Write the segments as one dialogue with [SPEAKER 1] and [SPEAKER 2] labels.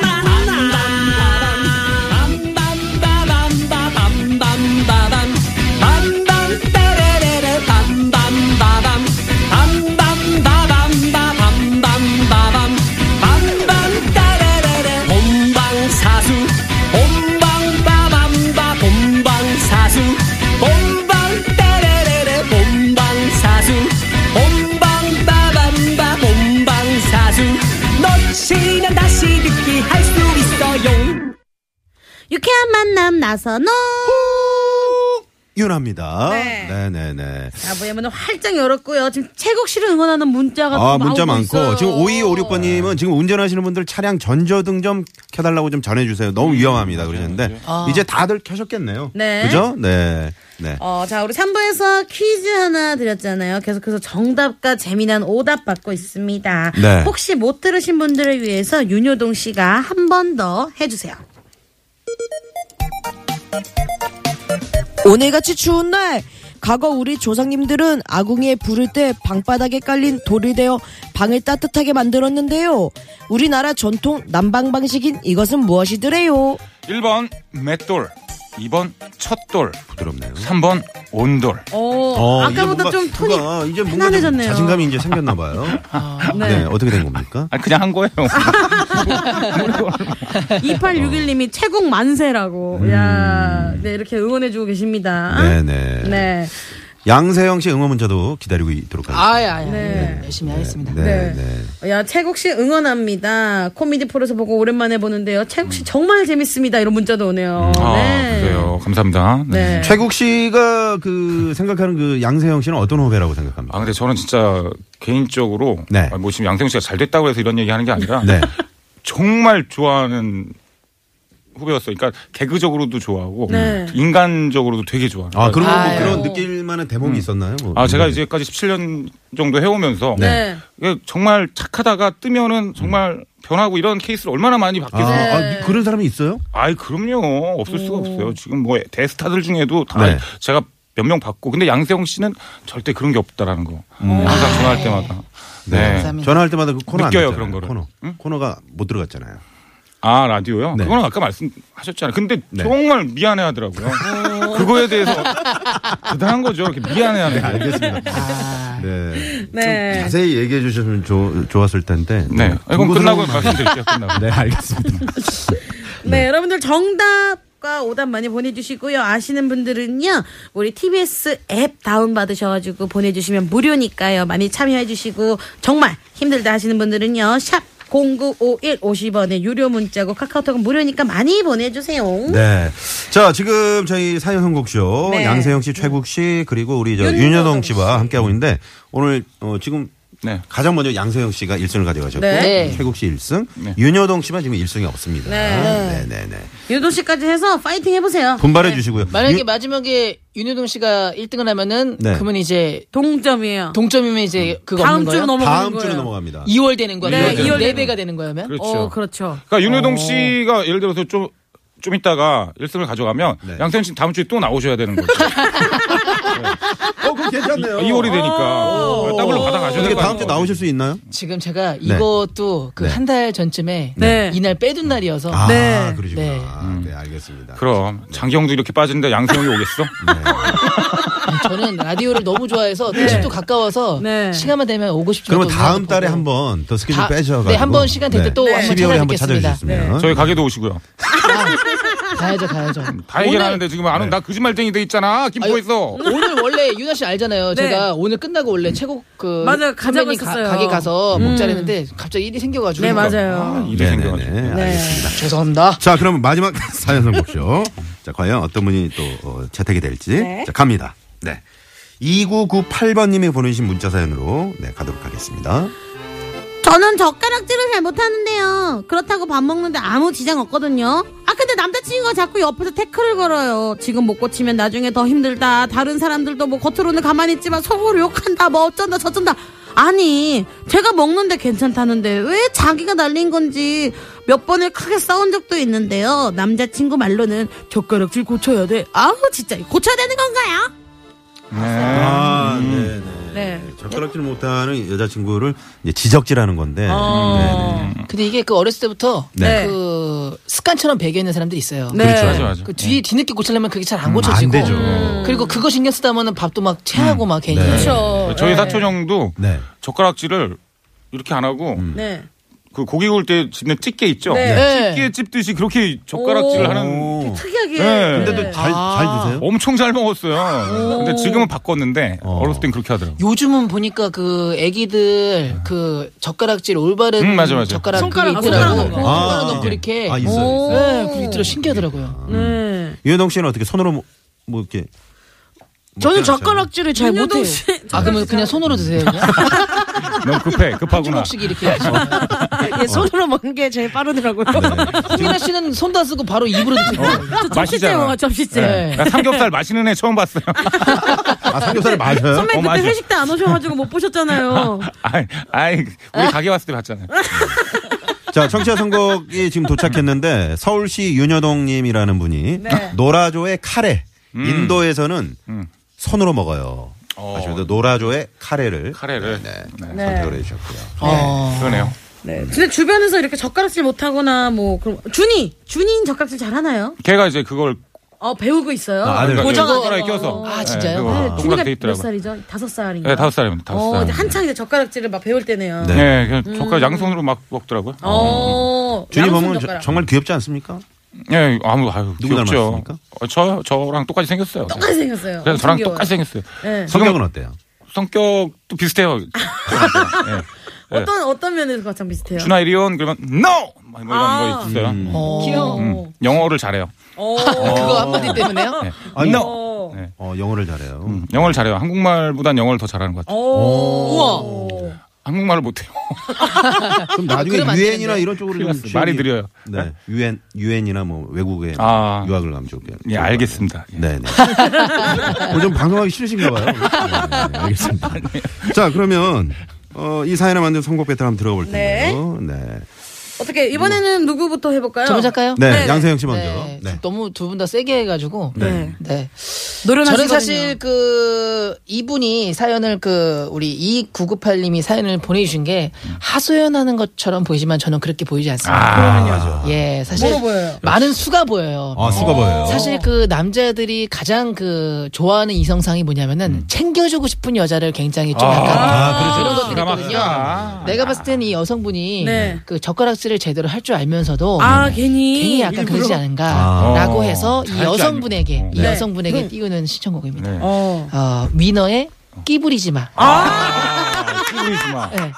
[SPEAKER 1] 만남 빰빰빠밤빠밤빠밤빠밤 빰빰따레레레 빰빰빠밤 빰빰빠밤빠밤빠밤 빰빰따레레레 본방사수 본방빠밤빠 본방사수 본방따레레레 본방사수 본방빠밤빠 본방사수 놓치면 다시 듣기 할 수 있어요
[SPEAKER 2] 유쾌한 만남 나선호.
[SPEAKER 3] 윤합니다.
[SPEAKER 2] 네.
[SPEAKER 3] 네, 네, 네.
[SPEAKER 2] 자, 뭐냐면 활짝 열었고요. 지금 최국 씨를 응원하는 문자가
[SPEAKER 3] 아,
[SPEAKER 2] 또
[SPEAKER 3] 문자
[SPEAKER 2] 나오고
[SPEAKER 3] 많고
[SPEAKER 2] 있어요.
[SPEAKER 3] 지금 5256번님은 지금 운전하시는 분들 차량 전조등 좀 켜달라고 좀 전해주세요.
[SPEAKER 2] 음.
[SPEAKER 3] 너무 위험합니다 그러시는데 이제 다들 켜셨겠네요.
[SPEAKER 2] 아, 네.
[SPEAKER 3] 그죠? 네, 네.
[SPEAKER 2] 어, 자, 우리 3부에서 퀴즈 하나 드렸잖아요. 계속해서 정답과 재미난 오답 받고 있습니다.
[SPEAKER 3] 네.
[SPEAKER 2] 혹시 못 들으신 분들을 위해서 윤효동 씨가 한 번 더 해주세요.
[SPEAKER 4] 오늘같이 추운 날 과거 우리 조상님들은 아궁이에 불을 때 방바닥에 깔린 돌이 되어 방을 따뜻하게 만들었는데요. 우리나라 전통 난방 방식인 이것은 무엇이더래요?
[SPEAKER 5] 1번 맷돌, 2번 첫돌,
[SPEAKER 3] 부드럽네요.
[SPEAKER 5] 3번 온돌.
[SPEAKER 2] 오,
[SPEAKER 3] 어, 이제
[SPEAKER 2] 아까보다
[SPEAKER 3] 뭔가
[SPEAKER 2] 좀 톤이
[SPEAKER 3] 누가 이제 뭔가 좀
[SPEAKER 2] 편안해졌네요. 아.
[SPEAKER 3] 자신감이 이제 생겼나 봐요. 네. 어떻게 된 겁니까?
[SPEAKER 5] 아 그냥 한 거예요. 네.
[SPEAKER 2] 2861님이 최국 만세라고.
[SPEAKER 5] 음.
[SPEAKER 2] 야, 네 이렇게 응원해주고 계십니다.
[SPEAKER 3] 네, 네.
[SPEAKER 2] 아. 네.
[SPEAKER 3] 양세형 씨 응원 문자도 기다리고 있도록 하겠습니다.
[SPEAKER 6] 아야야
[SPEAKER 2] 네.
[SPEAKER 6] 열심히 하겠습니다.
[SPEAKER 3] 네,
[SPEAKER 2] 네.
[SPEAKER 3] 네.
[SPEAKER 2] 야, 채국 씨 응원합니다. 코미디 프로에서 보고 오랜만에 보는데요. 채국 씨 정말 재밌습니다. 이런 문자도 오네요.
[SPEAKER 5] 아 그래요. 감사합니다. 네.
[SPEAKER 2] 네.
[SPEAKER 3] 최국 씨가 그 생각하는 그 양세형 씨는 어떤 후배라고 생각합니까?
[SPEAKER 5] 아 근데 저는 진짜 개인적으로
[SPEAKER 3] 네.
[SPEAKER 5] 아, 뭐 지금 양세형 씨가 잘 됐다고 해서 이런 얘기하는 게 아니라
[SPEAKER 3] 네.
[SPEAKER 5] 정말 좋아하는 후배였어요. 그러니까 개그적으로도 좋아하고
[SPEAKER 2] 네.
[SPEAKER 5] 인간적으로도 되게 좋아하는.
[SPEAKER 3] 아, 그런 뭐
[SPEAKER 6] 아유.
[SPEAKER 3] 그런 느낄 만한 대목이 있었나요? 뭐.
[SPEAKER 5] 아, 제가 이제까지 17년 정도 해오면서
[SPEAKER 2] 네.
[SPEAKER 5] 이게 정말 착하다가 뜨면은 정말 변하고 이런 케이스를 얼마나 많이
[SPEAKER 3] 음. 아,
[SPEAKER 5] 받겠어요.
[SPEAKER 3] 아, 그런 사람이 있어요?
[SPEAKER 5] 아이 그럼요 없을
[SPEAKER 6] 음.
[SPEAKER 5] 수가 없어요 지금 뭐 대스타들 중에도 다
[SPEAKER 3] 네.
[SPEAKER 5] 제가 몇 명 봤고 근데 양세형 씨는 절대 그런 게 없다라는 거
[SPEAKER 3] 음.
[SPEAKER 5] 항상 전화할 때마다 네아
[SPEAKER 6] 아. 감사합니다.
[SPEAKER 3] 전화할 때마다 그 코너 안
[SPEAKER 5] 느껴요,
[SPEAKER 3] 됐잖아요.
[SPEAKER 5] 그런 거를.
[SPEAKER 3] 코너.
[SPEAKER 5] 응?
[SPEAKER 3] 코너가 못 들어갔잖아요.
[SPEAKER 5] 라디오요
[SPEAKER 3] 네.
[SPEAKER 5] 그건 아까 말씀하셨잖아요 근데
[SPEAKER 3] 네.
[SPEAKER 5] 정말 미안해하더라고요 그거에 대해서 대단한 거죠 이렇게 미안해하는 거
[SPEAKER 3] 알겠습니다. 네.
[SPEAKER 2] 네.
[SPEAKER 3] 자세히 얘기해 주셨으면 좋- 좋았을 텐데.
[SPEAKER 5] 네 이건
[SPEAKER 3] 공부스러운
[SPEAKER 5] 끝나고
[SPEAKER 3] 마음.
[SPEAKER 5] 말씀드릴게요 끝나고
[SPEAKER 3] 네, 알겠습니다.
[SPEAKER 2] 네, 여러분들 정답과 오답 많이 보내주시고요. 아시는 분들은요, 우리 TBS 앱 다운받으셔가지고 보내주시면 무료니까요. 많이 참여해주시고, 정말 힘들다 하시는 분들은요, 샵 0951 50원의 유료 문자고 카카오톡은 무료니까 많이 보내주세요.
[SPEAKER 3] 네. 자, 지금 저희 사연 선곡쇼
[SPEAKER 2] 네.
[SPEAKER 3] 양세형 씨, 최국 씨, 그리고 우리 저
[SPEAKER 2] 윤여동
[SPEAKER 3] 윤여동
[SPEAKER 2] 씨.
[SPEAKER 3] 씨와 함께하고 있는데 오늘 어, 지금
[SPEAKER 5] 네
[SPEAKER 3] 가장 먼저 양세형 씨가 1승을 가져가셨고
[SPEAKER 2] 네.
[SPEAKER 3] 최국 씨 1승, 윤여동 씨만 지금 1승이 없습니다.
[SPEAKER 2] 네.
[SPEAKER 3] 네, 네, 네.
[SPEAKER 2] 유도 씨까지 해서 파이팅 해보세요.
[SPEAKER 3] 분발해 주시고요.
[SPEAKER 6] 네. 만약에 뭐
[SPEAKER 3] 윤-
[SPEAKER 6] 마지막에 윤효동 씨가 1등을 하면은
[SPEAKER 3] 네.
[SPEAKER 6] 그러면 이제
[SPEAKER 2] 동점이에요.
[SPEAKER 6] 동점이면 이제 그거
[SPEAKER 2] 다음
[SPEAKER 6] 없는
[SPEAKER 2] 주로
[SPEAKER 6] 거예요.
[SPEAKER 2] 넘어가는
[SPEAKER 3] 다음 주로
[SPEAKER 2] 거예요.
[SPEAKER 3] 넘어갑니다.
[SPEAKER 6] 2월 되는 거예요.
[SPEAKER 2] 네,
[SPEAKER 6] 그러면?
[SPEAKER 2] 이월
[SPEAKER 6] 네
[SPEAKER 2] 되는
[SPEAKER 6] 배가 되는 거예요. 그러면
[SPEAKER 5] 그렇죠
[SPEAKER 2] 어, 그렇죠.
[SPEAKER 5] 그러니까 윤여동 씨가 예를 들어서 좀 좀 있다가 1승을 가져가면
[SPEAKER 3] 네.
[SPEAKER 5] 양세형 씨 다음 주에 또 나오셔야 되는 거죠.
[SPEAKER 6] 아,
[SPEAKER 3] 어, 그거 괜찮네요.
[SPEAKER 5] 2월이
[SPEAKER 6] 아. 어.
[SPEAKER 5] 되니까 더블로 받아가셔야
[SPEAKER 3] 이게
[SPEAKER 5] 될것
[SPEAKER 3] 다음 주에
[SPEAKER 5] 같아요.
[SPEAKER 3] 나오실 수 있나요?
[SPEAKER 6] 지금 제가 이것도 그
[SPEAKER 3] 네.
[SPEAKER 6] 한 달 전쯤에
[SPEAKER 2] 네.
[SPEAKER 6] 이날 빼둔 날이어서
[SPEAKER 3] 아,
[SPEAKER 2] 네.
[SPEAKER 3] 그러시구나.
[SPEAKER 6] 네.
[SPEAKER 3] 네, 알겠습니다.
[SPEAKER 5] 그럼 장기영도 이렇게 빠지는데 양세형이 오겠어?
[SPEAKER 6] 저는 라디오를 너무 좋아해서 집도 가까워서
[SPEAKER 2] 네.
[SPEAKER 6] 시간만 되면 오고 싶지만
[SPEAKER 3] 그러면
[SPEAKER 6] 또
[SPEAKER 3] 다음
[SPEAKER 6] 음악도
[SPEAKER 3] 달에
[SPEAKER 6] 보고.
[SPEAKER 3] 한번 더 스케줄
[SPEAKER 6] 다-
[SPEAKER 3] 빼셔가지고
[SPEAKER 6] 네, 한번 시간 될때또 한번
[SPEAKER 3] 12월에 한번
[SPEAKER 6] 찾아뵙겠습니다.
[SPEAKER 3] 찾아주셨으면
[SPEAKER 5] 네. 저희 가게도 오시고요.
[SPEAKER 6] 가야죠, 가야죠.
[SPEAKER 3] 음,
[SPEAKER 5] 다 얘기하는데 지금
[SPEAKER 3] 네.
[SPEAKER 5] 안 오면 나 거짓말쟁이 돼 있잖아. 김포 있어.
[SPEAKER 6] 오늘 원래 유나 씨
[SPEAKER 2] 네.
[SPEAKER 6] 알잖아요. 제가 오늘 끝나고 원래 최고 그
[SPEAKER 2] 맞아요. 가자고
[SPEAKER 6] 선배님 가,
[SPEAKER 2] 했었어요.
[SPEAKER 6] 가게 가서
[SPEAKER 3] 음.
[SPEAKER 6] 먹자 했는데 갑자기 일이 생겨가지고
[SPEAKER 2] 네, 맞아요.
[SPEAKER 5] 일이
[SPEAKER 3] 네네네.
[SPEAKER 5] 생겨가지고.
[SPEAKER 3] 알겠습니다.
[SPEAKER 6] 죄송합니다.
[SPEAKER 3] 자, 그럼 마지막 사연 선곡쇼. 자, 과연 어떤 분이 또 어, 채택이 될지. 자, 갑니다. 네. 2998번님이 보내주신 문자 사연으로 네, 가도록 하겠습니다.
[SPEAKER 2] 저는 젓가락질을 잘 못하는데요. 그렇다고 밥 먹는데 아무 지장 없거든요. 아 근데 남자친구가 자꾸 옆에서 태클을 걸어요. 지금 못 고치면 나중에 더 힘들다. 다른 사람들도 뭐 겉으로는 가만히 있지만 속으로 욕한다. 뭐 어쩐다 저쩐다. 아니 제가 먹는데 괜찮다는데 왜 자기가 날린 건지 몇 번을 크게 싸운 적도 있는데요. 남자친구 말로는 젓가락질 고쳐야 돼. 아우 진짜 고쳐야 되는 건가요?
[SPEAKER 5] 네.
[SPEAKER 3] 아, 네네.
[SPEAKER 2] 네.
[SPEAKER 3] 젓가락질 못하는 여자친구를 이제 지적질하는 건데.
[SPEAKER 2] 어.
[SPEAKER 6] 근데 이게 그 어렸을 때부터
[SPEAKER 3] 네.
[SPEAKER 6] 그 습관처럼 배겨 있는 사람들이 있어요.
[SPEAKER 2] 네.
[SPEAKER 3] 그렇죠.
[SPEAKER 5] 맞아 맞아.
[SPEAKER 6] 그 뒤에 뒤늦게 고치려면 그게 잘 안 고쳐지고
[SPEAKER 3] 안 되죠.
[SPEAKER 6] 그리고 그거 신경 쓰다보면 밥도 막 체하고 막 괜히
[SPEAKER 2] 그렇죠.
[SPEAKER 5] 저희
[SPEAKER 2] 네.
[SPEAKER 5] 사촌 형도
[SPEAKER 3] 네. 음.
[SPEAKER 5] 젓가락질을 이렇게 안 하고
[SPEAKER 2] 네.
[SPEAKER 5] 그 고기 구울 때 집는 찌개 있죠.
[SPEAKER 2] 네.
[SPEAKER 6] 네.
[SPEAKER 5] 찌개 찝듯이 그렇게 젓가락질을
[SPEAKER 2] 오.
[SPEAKER 5] 하는
[SPEAKER 3] 오.
[SPEAKER 2] 특이하게.
[SPEAKER 5] 네.
[SPEAKER 3] 근데 또 잘, 잘 드세요?
[SPEAKER 5] 엄청 잘 먹었어요. 근데 지금은 바꿨는데
[SPEAKER 3] 어.
[SPEAKER 5] 어렸을 땐 그렇게 하더라고. 요
[SPEAKER 6] 요즘은 보니까 그 애기들 그 젓가락질 올바른
[SPEAKER 5] 음, 맞아, 맞아.
[SPEAKER 6] 젓가락
[SPEAKER 2] 손가락,
[SPEAKER 6] 그게 있더라고.
[SPEAKER 2] 손가락
[SPEAKER 3] 넣고.
[SPEAKER 6] 손가락
[SPEAKER 3] 아.
[SPEAKER 6] 어, 넣고 이렇게
[SPEAKER 3] 아, 있어요,
[SPEAKER 2] 오.
[SPEAKER 3] 있어요.
[SPEAKER 6] 네, 그게 있더라 신기하더라고요.
[SPEAKER 2] 네.
[SPEAKER 3] 유현동 씨는 어떻게 손으로 뭐, 뭐 이렇게.
[SPEAKER 4] 저는
[SPEAKER 3] 먹지 않잖아요.
[SPEAKER 4] 젓가락질을 잘 못해요.
[SPEAKER 2] 윤여동 씨.
[SPEAKER 6] 아 그러면 그냥 손으로 드세요. 그냥
[SPEAKER 2] 아,
[SPEAKER 5] 너무 급해, 급하구나.
[SPEAKER 6] 주먹씩 이렇게.
[SPEAKER 4] 예, 손으로 먹는 게 제일 빠르더라고요.
[SPEAKER 3] 네.
[SPEAKER 6] 홍민아 씨는 손 다 쓰고 바로 입으로 드세요.
[SPEAKER 2] 아, 접시째 먹어, 접시째.
[SPEAKER 6] 네.
[SPEAKER 5] 나 삼겹살 맛있는 애 처음 봤어요.
[SPEAKER 3] 아, 삼겹살 맞아요?
[SPEAKER 2] 선배
[SPEAKER 5] 어,
[SPEAKER 2] 그때
[SPEAKER 5] 맞아.
[SPEAKER 2] 회식 때 안 오셔가지고 못 보셨잖아요.
[SPEAKER 5] 아이, 아이, 우리 가게 왔을 때 봤잖아요.
[SPEAKER 3] 자, 청취자 선곡이 지금 도착했는데 서울시 윤여동 님이라는 분이
[SPEAKER 2] 네.
[SPEAKER 3] 노라조의 카레. 인도에서는 손으로 먹어요.
[SPEAKER 5] 음. 어.
[SPEAKER 3] 아시죠? 노라조의 카레를
[SPEAKER 5] 카레를. 네.
[SPEAKER 3] 선택을 해 주셨고요.
[SPEAKER 6] 어.
[SPEAKER 5] 그러네요.
[SPEAKER 2] 네. 근데 주변에서 이렇게 젓가락질 못하거나 뭐 그럼 준이 준이는 젓가락질 잘하나요?
[SPEAKER 5] 걔가 이제 그걸
[SPEAKER 2] 어 배우고 있어요.
[SPEAKER 3] 아, 아들.
[SPEAKER 5] 고라
[SPEAKER 6] 고정하게
[SPEAKER 5] 에
[SPEAKER 6] 막-
[SPEAKER 5] 껴서. 예,
[SPEAKER 6] 아, 진짜요?
[SPEAKER 5] 그거
[SPEAKER 2] 네, 준이가
[SPEAKER 5] 동그랗게 돼
[SPEAKER 2] 몇
[SPEAKER 5] 있더라고요.
[SPEAKER 2] 살이죠? 다섯 살인가?
[SPEAKER 5] 네, 다섯 살입니다. 다섯
[SPEAKER 2] 어,
[SPEAKER 5] 살.
[SPEAKER 2] 이제 한창 이제 젓가락질을 막 배울 때네요.
[SPEAKER 3] 네.
[SPEAKER 5] 네, 그냥 젓가락 양손으로 막 먹더라고요.
[SPEAKER 2] 어.
[SPEAKER 3] 준이
[SPEAKER 2] 양손
[SPEAKER 3] 보면 저-
[SPEAKER 2] 젓가락.
[SPEAKER 3] 정말 귀엽지 않습니까?
[SPEAKER 5] 예, 아무 아유
[SPEAKER 3] 누구
[SPEAKER 5] 귀엽죠.
[SPEAKER 3] 닮았습니까?
[SPEAKER 5] 어, 저 저랑 똑같이 생겼어요.
[SPEAKER 2] 똑같이 생겼어요.
[SPEAKER 5] 그래서 저랑
[SPEAKER 2] 엄청
[SPEAKER 5] 똑같이 생겼어요.
[SPEAKER 2] 귀여워요. 네.
[SPEAKER 3] 성격은 어때요?
[SPEAKER 5] 성격도 비슷해요. 네.
[SPEAKER 2] 어떤 어떤 면에서 가장 비슷해요?
[SPEAKER 5] 준아 이리온 그러면 no 뭐 이런
[SPEAKER 2] 아.
[SPEAKER 5] 거 있어요.
[SPEAKER 3] 음.
[SPEAKER 6] 어.
[SPEAKER 2] 귀여워.
[SPEAKER 5] 음, 영어를 잘해요.
[SPEAKER 2] 어.
[SPEAKER 6] 그거 한마디 때문에요?
[SPEAKER 5] 네.
[SPEAKER 3] 아니,
[SPEAKER 5] no
[SPEAKER 2] 어.
[SPEAKER 5] 네.
[SPEAKER 3] 어, 영어를 잘해요.
[SPEAKER 5] 음, 영어를 잘해요. 한국말보단 영어를 더 잘하는 것 같아요.
[SPEAKER 2] 오. 우와.
[SPEAKER 5] 한국말을 못해요.
[SPEAKER 3] 그럼 나중에
[SPEAKER 6] 그러면 안
[SPEAKER 3] 유엔이나
[SPEAKER 6] 되는데.
[SPEAKER 3] 이런 쪽으로
[SPEAKER 5] 큰일
[SPEAKER 3] 좀
[SPEAKER 5] 났어요. 말이
[SPEAKER 3] 취업이-
[SPEAKER 5] 느려요.
[SPEAKER 3] 네. 유엔 유엔이나 뭐 외국에
[SPEAKER 5] 아.
[SPEAKER 3] 유학을 가면 좋겠네요.
[SPEAKER 5] 예, 알겠습니다. 예.
[SPEAKER 3] 네네. 오늘 좀 방송하기 싫으신가 봐요. 네, 네, 알겠습니다. 자, 그러면, 어, 이 사연에 만든 선곡 배틀 한번 들어볼 텐데요. 네. 네.
[SPEAKER 2] 어떻게 이번에는 누구부터 해볼까요?
[SPEAKER 6] 저번 작가요?
[SPEAKER 3] 양세형 씨 먼저.
[SPEAKER 6] 네.
[SPEAKER 3] 네.
[SPEAKER 6] 너무 두 분 다 세게 해가지고.
[SPEAKER 3] 네.
[SPEAKER 6] 네.
[SPEAKER 2] 노래나
[SPEAKER 6] 저는 사실 그 이분이 사연을 그 우리 2998님이 사연을 보내주신 게 하소연하는 것처럼 보이지만 저는 그렇게 보이지 않습니다.
[SPEAKER 3] 아,
[SPEAKER 6] 예, 사실
[SPEAKER 2] 뭐로 보여요?
[SPEAKER 6] 많은 수가 보여요.
[SPEAKER 3] 아, 수가 보여요.
[SPEAKER 6] 사실 그 남자들이 가장 그 좋아하는 이성상이 뭐냐면은
[SPEAKER 3] 음.
[SPEAKER 6] 챙겨주고 싶은 여자를 굉장히
[SPEAKER 3] 아,
[SPEAKER 6] 좀 약간 그런 것들이
[SPEAKER 5] 기가
[SPEAKER 6] 있거든요. 네.
[SPEAKER 5] 막히다.
[SPEAKER 6] 내가 봤을 때는 이 여성분이
[SPEAKER 2] 네.
[SPEAKER 6] 그 젓가락질을 제대로 할 줄 알면서도
[SPEAKER 2] 아 괜히
[SPEAKER 6] 괜히 약간 그러지
[SPEAKER 3] 아.
[SPEAKER 6] 않은가라고 해서 이
[SPEAKER 5] 잘할 줄
[SPEAKER 6] 여성분에게
[SPEAKER 5] 알면.
[SPEAKER 6] 이
[SPEAKER 2] 네.
[SPEAKER 6] 여성분에게 띄우는 시청곡입니다.
[SPEAKER 5] 네.
[SPEAKER 2] 어.
[SPEAKER 6] 어, 위너의 끼부리지 마.
[SPEAKER 5] 아, 찌부리지 마.
[SPEAKER 6] 네.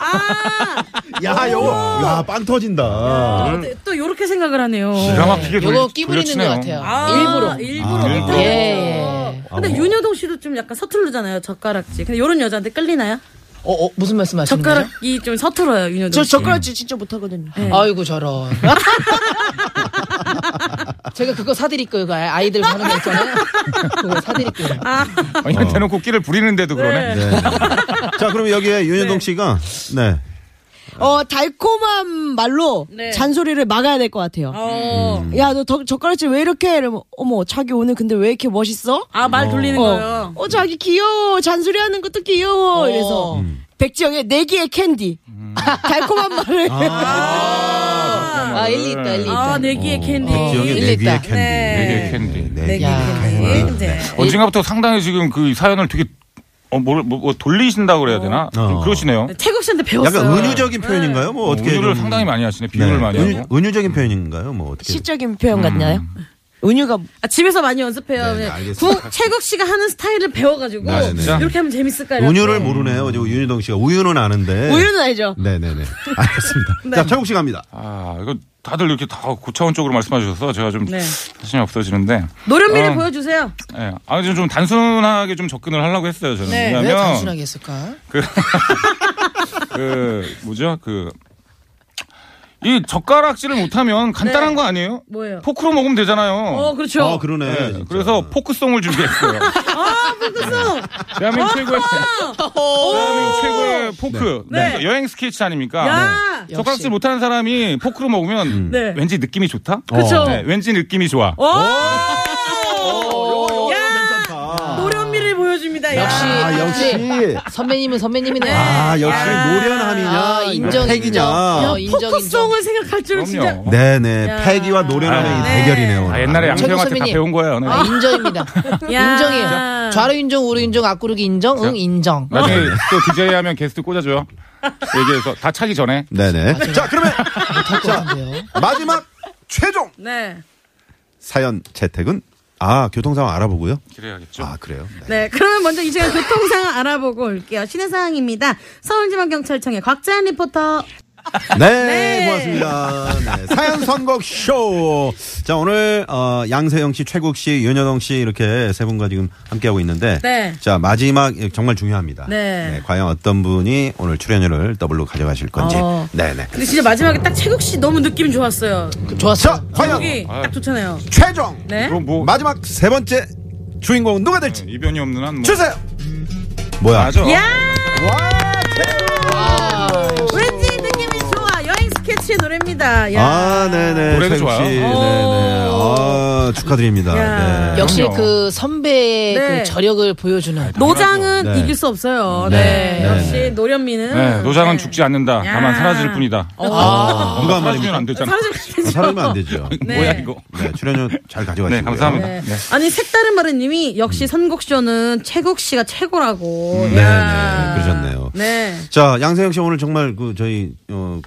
[SPEAKER 3] 야, 요, 야, 빵 터진다.
[SPEAKER 2] 아, 또 이렇게 생각을 하네요.
[SPEAKER 5] 기가 막히게
[SPEAKER 6] 요거
[SPEAKER 5] 돌려-
[SPEAKER 6] 끼부리는 것
[SPEAKER 5] 돌려치네요.
[SPEAKER 6] 같아요.
[SPEAKER 2] 아,
[SPEAKER 6] 일부러.
[SPEAKER 2] 일부러
[SPEAKER 3] 아.
[SPEAKER 2] 일부러.
[SPEAKER 6] 예, 예.
[SPEAKER 2] 근데 윤여동 씨도 좀 약간 서툴르잖아요 젓가락질. 근데 이런 여자한테 끌리나요?
[SPEAKER 6] 어, 어, 무슨 말씀 하시는 거죠?
[SPEAKER 2] 젓가락이 좀 서툴어요 윤여동
[SPEAKER 4] 저
[SPEAKER 2] 씨.
[SPEAKER 4] 젓가락질 진짜 못하거든요.
[SPEAKER 6] 아이고 저런. 제가 그거 사드릴게요. 그거 아이들 하는 거 있잖아요. 그거 사드릴게요.
[SPEAKER 5] 아니, 대놓고 끼를 부리는데도 그러네.
[SPEAKER 3] 네. 자, 그럼 여기에 윤여동 씨가, 네.
[SPEAKER 4] 어, 달콤한 말로
[SPEAKER 2] 네.
[SPEAKER 4] 잔소리를 막아야 될 것 같아요.
[SPEAKER 2] 어.
[SPEAKER 4] 야, 너 덕- 젓가락질 왜 이렇게? 이러면, 어머, 자기 오늘 근데 왜 이렇게 멋있어?
[SPEAKER 2] 아말 돌리는
[SPEAKER 4] 어,
[SPEAKER 2] 거예요.
[SPEAKER 4] 어, 자기 귀여워. 잔소리 하는 것도 귀여워. 이래서. 백지영의 네 내기의 캔디. 달콤한 말을.
[SPEAKER 6] 아 일리 있다 일리 있다.
[SPEAKER 2] 아 내기의 캔디.
[SPEAKER 3] 지역의
[SPEAKER 6] 일리
[SPEAKER 3] 내 귀에
[SPEAKER 6] 있다.
[SPEAKER 3] 캔디.
[SPEAKER 2] 네.
[SPEAKER 5] 내기의 캔디.
[SPEAKER 3] 네,
[SPEAKER 2] 내기의
[SPEAKER 3] 네.
[SPEAKER 6] 야.
[SPEAKER 2] 캔디. 네.
[SPEAKER 5] 언젠가부터 상당히 지금 그 사연을 되게 어, 뭘, 뭐, 뭐 돌리신다고 그래야 되나? 좀
[SPEAKER 3] 어.
[SPEAKER 5] 그러시네요.
[SPEAKER 2] 태국 씨한테 배웠어요.
[SPEAKER 3] 약간 은유적인 표현인가요? 뭐 어떻게.
[SPEAKER 5] 오류를
[SPEAKER 3] 좀-
[SPEAKER 5] 상당히 많이 하시네. 비교를
[SPEAKER 3] 네.
[SPEAKER 5] 많이
[SPEAKER 3] 은유-
[SPEAKER 5] 하고.
[SPEAKER 3] 은유적인 표현인가요? 뭐 어떻게.
[SPEAKER 4] 시적인 표현 같나요? 은유가
[SPEAKER 2] 아, 집에서 많이 연습해요.
[SPEAKER 3] 네, 네,
[SPEAKER 2] 그냥
[SPEAKER 3] 알겠습니다.
[SPEAKER 2] 구- 최국 씨가 하는 스타일을 배워가지고
[SPEAKER 3] 네, 네, 네.
[SPEAKER 2] 이렇게 하면 재밌을까? 이렇게.
[SPEAKER 3] 은유를 모르네요. 지금 윤여동 씨가. 우유는 아는데.
[SPEAKER 4] 우유는 알죠.
[SPEAKER 3] 네네네. 알겠습니다. 자, 최국 씨 갑니다.
[SPEAKER 5] 아, 이거 다들 이렇게 다 고차원적으로 말씀해 주셔서 제가 좀
[SPEAKER 2] 네.
[SPEAKER 5] 자신이 없어지는데.
[SPEAKER 2] 노련미를
[SPEAKER 5] 어.
[SPEAKER 2] 보여주세요.
[SPEAKER 5] 예. 아, 이제 좀 단순하게 좀 접근을 하려고 했어요, 저는.
[SPEAKER 2] 네.
[SPEAKER 6] 왜
[SPEAKER 5] 왜냐면
[SPEAKER 6] 단순하게 했을까?
[SPEAKER 5] 그, 그 뭐죠? 그, 이 젓가락질을 못하면 간단한
[SPEAKER 6] 네.
[SPEAKER 5] 거 아니에요?
[SPEAKER 2] 뭐예요?
[SPEAKER 5] 포크로 먹으면 되잖아요.
[SPEAKER 2] 어 그렇죠.
[SPEAKER 3] 아, 그러네.
[SPEAKER 5] 네,
[SPEAKER 3] 진짜.
[SPEAKER 5] 그래서 포크송을 준비했어요.
[SPEAKER 2] 아, 그래서
[SPEAKER 5] 대한민국 최고의, 대한민국 최고의 포크.
[SPEAKER 2] 네.
[SPEAKER 5] 네. 여행 스케치 아닙니까? 네.
[SPEAKER 2] 야
[SPEAKER 5] 젓가락질
[SPEAKER 6] 역시.
[SPEAKER 5] 못하는 사람이 포크로 먹으면
[SPEAKER 2] 네.
[SPEAKER 5] 왠지 느낌이 좋다?
[SPEAKER 2] 그쵸.
[SPEAKER 5] 네, 왠지 느낌이 좋아.
[SPEAKER 2] 오! 야! 노련미를 보여줍니다.
[SPEAKER 6] 역시 네.
[SPEAKER 3] 아, 역시.
[SPEAKER 6] 선배님은 선배님이네.
[SPEAKER 3] 아, 역시 노련함이냐.
[SPEAKER 6] 아, 인정,
[SPEAKER 3] 팩이냐.
[SPEAKER 6] 인정. 어, 인정, 인정.
[SPEAKER 2] 포크송을 생각할 줄 진짜.
[SPEAKER 5] 그럼요.
[SPEAKER 3] 네네. 패기와 노련함의
[SPEAKER 5] 아,
[SPEAKER 3] 이
[SPEAKER 5] 네.
[SPEAKER 3] 대결이네요.
[SPEAKER 5] 아, 옛날에
[SPEAKER 6] 정우
[SPEAKER 5] 양세형한테 다
[SPEAKER 6] 선배님.
[SPEAKER 5] 배운 네. 거야. 오늘.
[SPEAKER 6] 아, 인정입니다.
[SPEAKER 2] 야.
[SPEAKER 6] 인정이에요. 좌로 인정, 우로 인정, 앞구르기 인정, 응 인정.
[SPEAKER 5] 나중에 또 DJ 하면 게스트 꽂아줘요. 얘기해서 다 차기 전에.
[SPEAKER 6] 아,
[SPEAKER 3] 네네. 자, 그러면 자,
[SPEAKER 6] 같은데요.
[SPEAKER 3] 마지막 최종
[SPEAKER 2] 네.
[SPEAKER 3] 사연 채택은 아, 교통 상황 알아보고요.
[SPEAKER 5] 그래야겠죠.
[SPEAKER 3] 아, 그래요. 네.
[SPEAKER 2] 네, 그러면 먼저 이 시간 교통 상황 알아보고 올게요. 시내 상황입니다. 서울지방경찰청의 곽재한 리포터.
[SPEAKER 3] 네,
[SPEAKER 2] 네.
[SPEAKER 3] 고맙습니다. 네, 사연 선곡 쇼. 자, 오늘 어, 양세형 씨, 최국 씨, 윤여동 씨 이렇게 세 분과 지금 함께 하고 있는데,
[SPEAKER 2] 네.
[SPEAKER 3] 자 마지막 예, 정말 중요합니다.
[SPEAKER 2] 네.
[SPEAKER 3] 과연 어떤 분이 오늘 출연료를 더블로 가져가실 건지.
[SPEAKER 2] 어.
[SPEAKER 3] 네, 네.
[SPEAKER 2] 근데 진짜 마지막에 딱 최국 씨 너무 느낌 좋았어요.
[SPEAKER 6] 좋았어.
[SPEAKER 3] 자, 과연
[SPEAKER 2] 여기 딱 좋잖아요.
[SPEAKER 3] 최종
[SPEAKER 2] 네.
[SPEAKER 5] 그럼 뭐
[SPEAKER 3] 마지막 세 번째 주인공은 누가 될지
[SPEAKER 5] 이변이 없는 한 뭐.
[SPEAKER 3] 주세요. 뭐야?
[SPEAKER 5] 맞아.
[SPEAKER 2] 야,
[SPEAKER 3] 와,
[SPEAKER 2] 왠지 느낌이 좋아. 여행 스케치의 노래입니다. 야.
[SPEAKER 3] 아, 네네.
[SPEAKER 5] 노래도
[SPEAKER 3] 최국 씨.
[SPEAKER 5] 좋아요.
[SPEAKER 3] 네네. 아, 축하드립니다.
[SPEAKER 2] 야.
[SPEAKER 3] 네.
[SPEAKER 6] 역시
[SPEAKER 5] 그럼요.
[SPEAKER 6] 그 선배의
[SPEAKER 2] 네.
[SPEAKER 6] 그 저력을 보여주는.
[SPEAKER 2] 노장은
[SPEAKER 3] 네.
[SPEAKER 2] 이길 수 없어요.
[SPEAKER 3] 네.
[SPEAKER 2] 네.
[SPEAKER 3] 네.
[SPEAKER 2] 역시 노련미는.
[SPEAKER 5] 네, 노장은
[SPEAKER 2] 네.
[SPEAKER 5] 죽지 않는다.
[SPEAKER 2] 야.
[SPEAKER 5] 다만 사라질 뿐이다.
[SPEAKER 3] 아, 누가 한
[SPEAKER 5] 사라지면
[SPEAKER 3] 말입니까?
[SPEAKER 5] 안 되잖아.
[SPEAKER 2] 사라지면
[SPEAKER 3] 사람이면 안 되죠.
[SPEAKER 2] 네.
[SPEAKER 5] 뭐야 이거.
[SPEAKER 3] 네, 출연료 잘 가져가시고요.
[SPEAKER 5] 네, 감사합니다.
[SPEAKER 2] 네.
[SPEAKER 5] 네.
[SPEAKER 2] 아니 색다른 마른님이 역시 선곡쇼는 최국 씨가 최고라고.
[SPEAKER 3] 네,
[SPEAKER 2] 야.
[SPEAKER 3] 네, 그러셨네요.
[SPEAKER 2] 네.
[SPEAKER 3] 자, 양세형 씨 오늘 정말 그 저희 어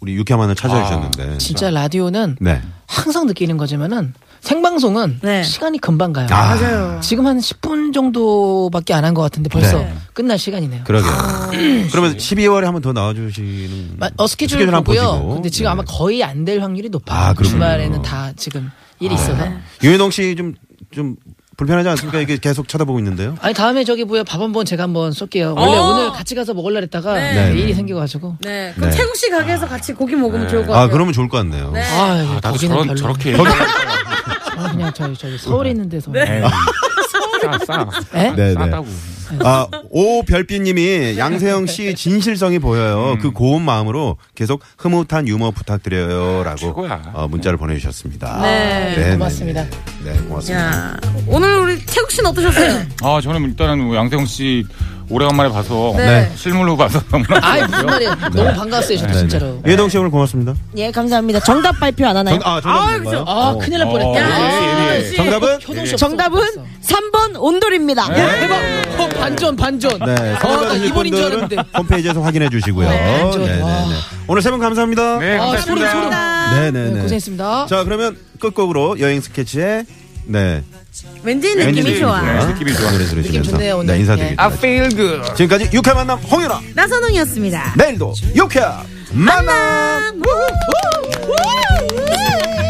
[SPEAKER 3] 우리 유쾌만을 찾아주셨는데.
[SPEAKER 6] 진짜 라디오는
[SPEAKER 3] 네.
[SPEAKER 6] 항상 느끼는 거지만은 생방송은
[SPEAKER 2] 네.
[SPEAKER 6] 시간이 금방 가요.
[SPEAKER 3] 아,
[SPEAKER 6] 지금 한 10분 정도밖에 안 한 것 같은데 벌써
[SPEAKER 3] 네.
[SPEAKER 6] 끝날 시간이네요.
[SPEAKER 3] 그러게요. 그러면 12월에 한 번 더 나와 주시는
[SPEAKER 6] 아, 마- 어, 스케줄
[SPEAKER 3] 스케줄 한번
[SPEAKER 6] 보고요.
[SPEAKER 3] 보시고.
[SPEAKER 6] 근데 지금
[SPEAKER 3] 네.
[SPEAKER 6] 아마 거의 안 될 확률이
[SPEAKER 3] 아,
[SPEAKER 6] 높아요.
[SPEAKER 3] 그렇군요.
[SPEAKER 6] 주말에는 다 지금 일이 있어서.
[SPEAKER 2] 네.
[SPEAKER 3] 유해동 씨 좀 좀 불편하지 않습니까? 이게 계속 쳐다보고 있는데요.
[SPEAKER 6] 아니 다음에 저기 뭐야 밥 한번 제가 한번 쏠게요. 원래
[SPEAKER 2] 어.
[SPEAKER 6] 오늘 같이 가서 먹을라 했다가
[SPEAKER 2] 네.
[SPEAKER 6] 일이 생겨가지고.
[SPEAKER 2] 네. 그럼
[SPEAKER 3] 네.
[SPEAKER 2] 최국 씨 가게에서 같이 고기 먹으면 좋을 것 같아요.
[SPEAKER 3] 아, 그러면 좋을 것 같네요.
[SPEAKER 2] 네.
[SPEAKER 6] 아,
[SPEAKER 5] 나도
[SPEAKER 6] 거기는
[SPEAKER 5] 저런
[SPEAKER 6] 별로.
[SPEAKER 5] 저렇게 얘기하니까
[SPEAKER 6] 아, 그냥 저기 저기 서울에 있는 데서. 네.
[SPEAKER 5] 싸, 싸.
[SPEAKER 6] 네?
[SPEAKER 3] 네, 네.
[SPEAKER 5] 싸다고.
[SPEAKER 3] 아, 오별빛님이 양세형
[SPEAKER 6] 네.
[SPEAKER 3] 씨 진실성이 보여요.
[SPEAKER 5] 음.
[SPEAKER 3] 그 고운 마음으로 계속 흐뭇한 유머 부탁드려요라고
[SPEAKER 5] 아, 최고야.
[SPEAKER 3] 어, 문자를 보내주셨습니다.
[SPEAKER 2] 네,
[SPEAKER 6] 고맙습니다.
[SPEAKER 3] 네, 네, 고맙습니다.
[SPEAKER 2] 야, 오늘 우리 최국 씨는 어떠셨어요?
[SPEAKER 5] 아, 저는 일단은 뭐 양세형 씨 오래간만에 봐서
[SPEAKER 2] 네.
[SPEAKER 5] 실물로 봐서 너무나
[SPEAKER 6] 아 무슨 말이에요.
[SPEAKER 3] 네.
[SPEAKER 6] 너무 반가웠어요 저도 진짜로.
[SPEAKER 3] 예동 씨 오늘 고맙습니다.
[SPEAKER 4] 예, 감사합니다. 정답 발표 안
[SPEAKER 5] 네.
[SPEAKER 4] 하나요?
[SPEAKER 3] 정, 아, 정답 아, 그죠.
[SPEAKER 6] 아 큰일 날
[SPEAKER 5] 어,
[SPEAKER 6] 뻔했다. 아,
[SPEAKER 5] 예, 예.
[SPEAKER 3] 정답은
[SPEAKER 6] 효동 씨
[SPEAKER 4] 정답은
[SPEAKER 6] 없어, 없어.
[SPEAKER 4] 3번 온돌입니다.
[SPEAKER 6] 대박. 어, 반전 반전.
[SPEAKER 3] 네, 선물
[SPEAKER 6] 아, 나
[SPEAKER 3] 받으실
[SPEAKER 6] 이번인 줄
[SPEAKER 3] 분들은
[SPEAKER 6] 알았는데.
[SPEAKER 3] 홈페이지에서 확인해 주시고요. 네,
[SPEAKER 6] 저- 아.
[SPEAKER 3] 네,
[SPEAKER 6] 와.
[SPEAKER 3] 네. 오늘 세 분 감사합니다.
[SPEAKER 5] 네, 감사합니다.
[SPEAKER 3] 네, 네, 네.
[SPEAKER 6] 고생했습니다.
[SPEAKER 3] 자, 그러면 끝곡으로 여행 스케치의 네.
[SPEAKER 2] 왠지
[SPEAKER 3] 왠지
[SPEAKER 2] 느낌이 좋아.
[SPEAKER 5] 네, 느낌이 좋아.
[SPEAKER 3] 노래 들으시면서
[SPEAKER 6] 좋네요, 오늘.
[SPEAKER 3] 네, 인사드립니다.
[SPEAKER 5] I feel good.
[SPEAKER 3] 지금까지 육회 만남 홍윤아.
[SPEAKER 2] 나선홍이었습니다.
[SPEAKER 3] 내일도 육회 만남.
[SPEAKER 2] 아, 우! 우! 우!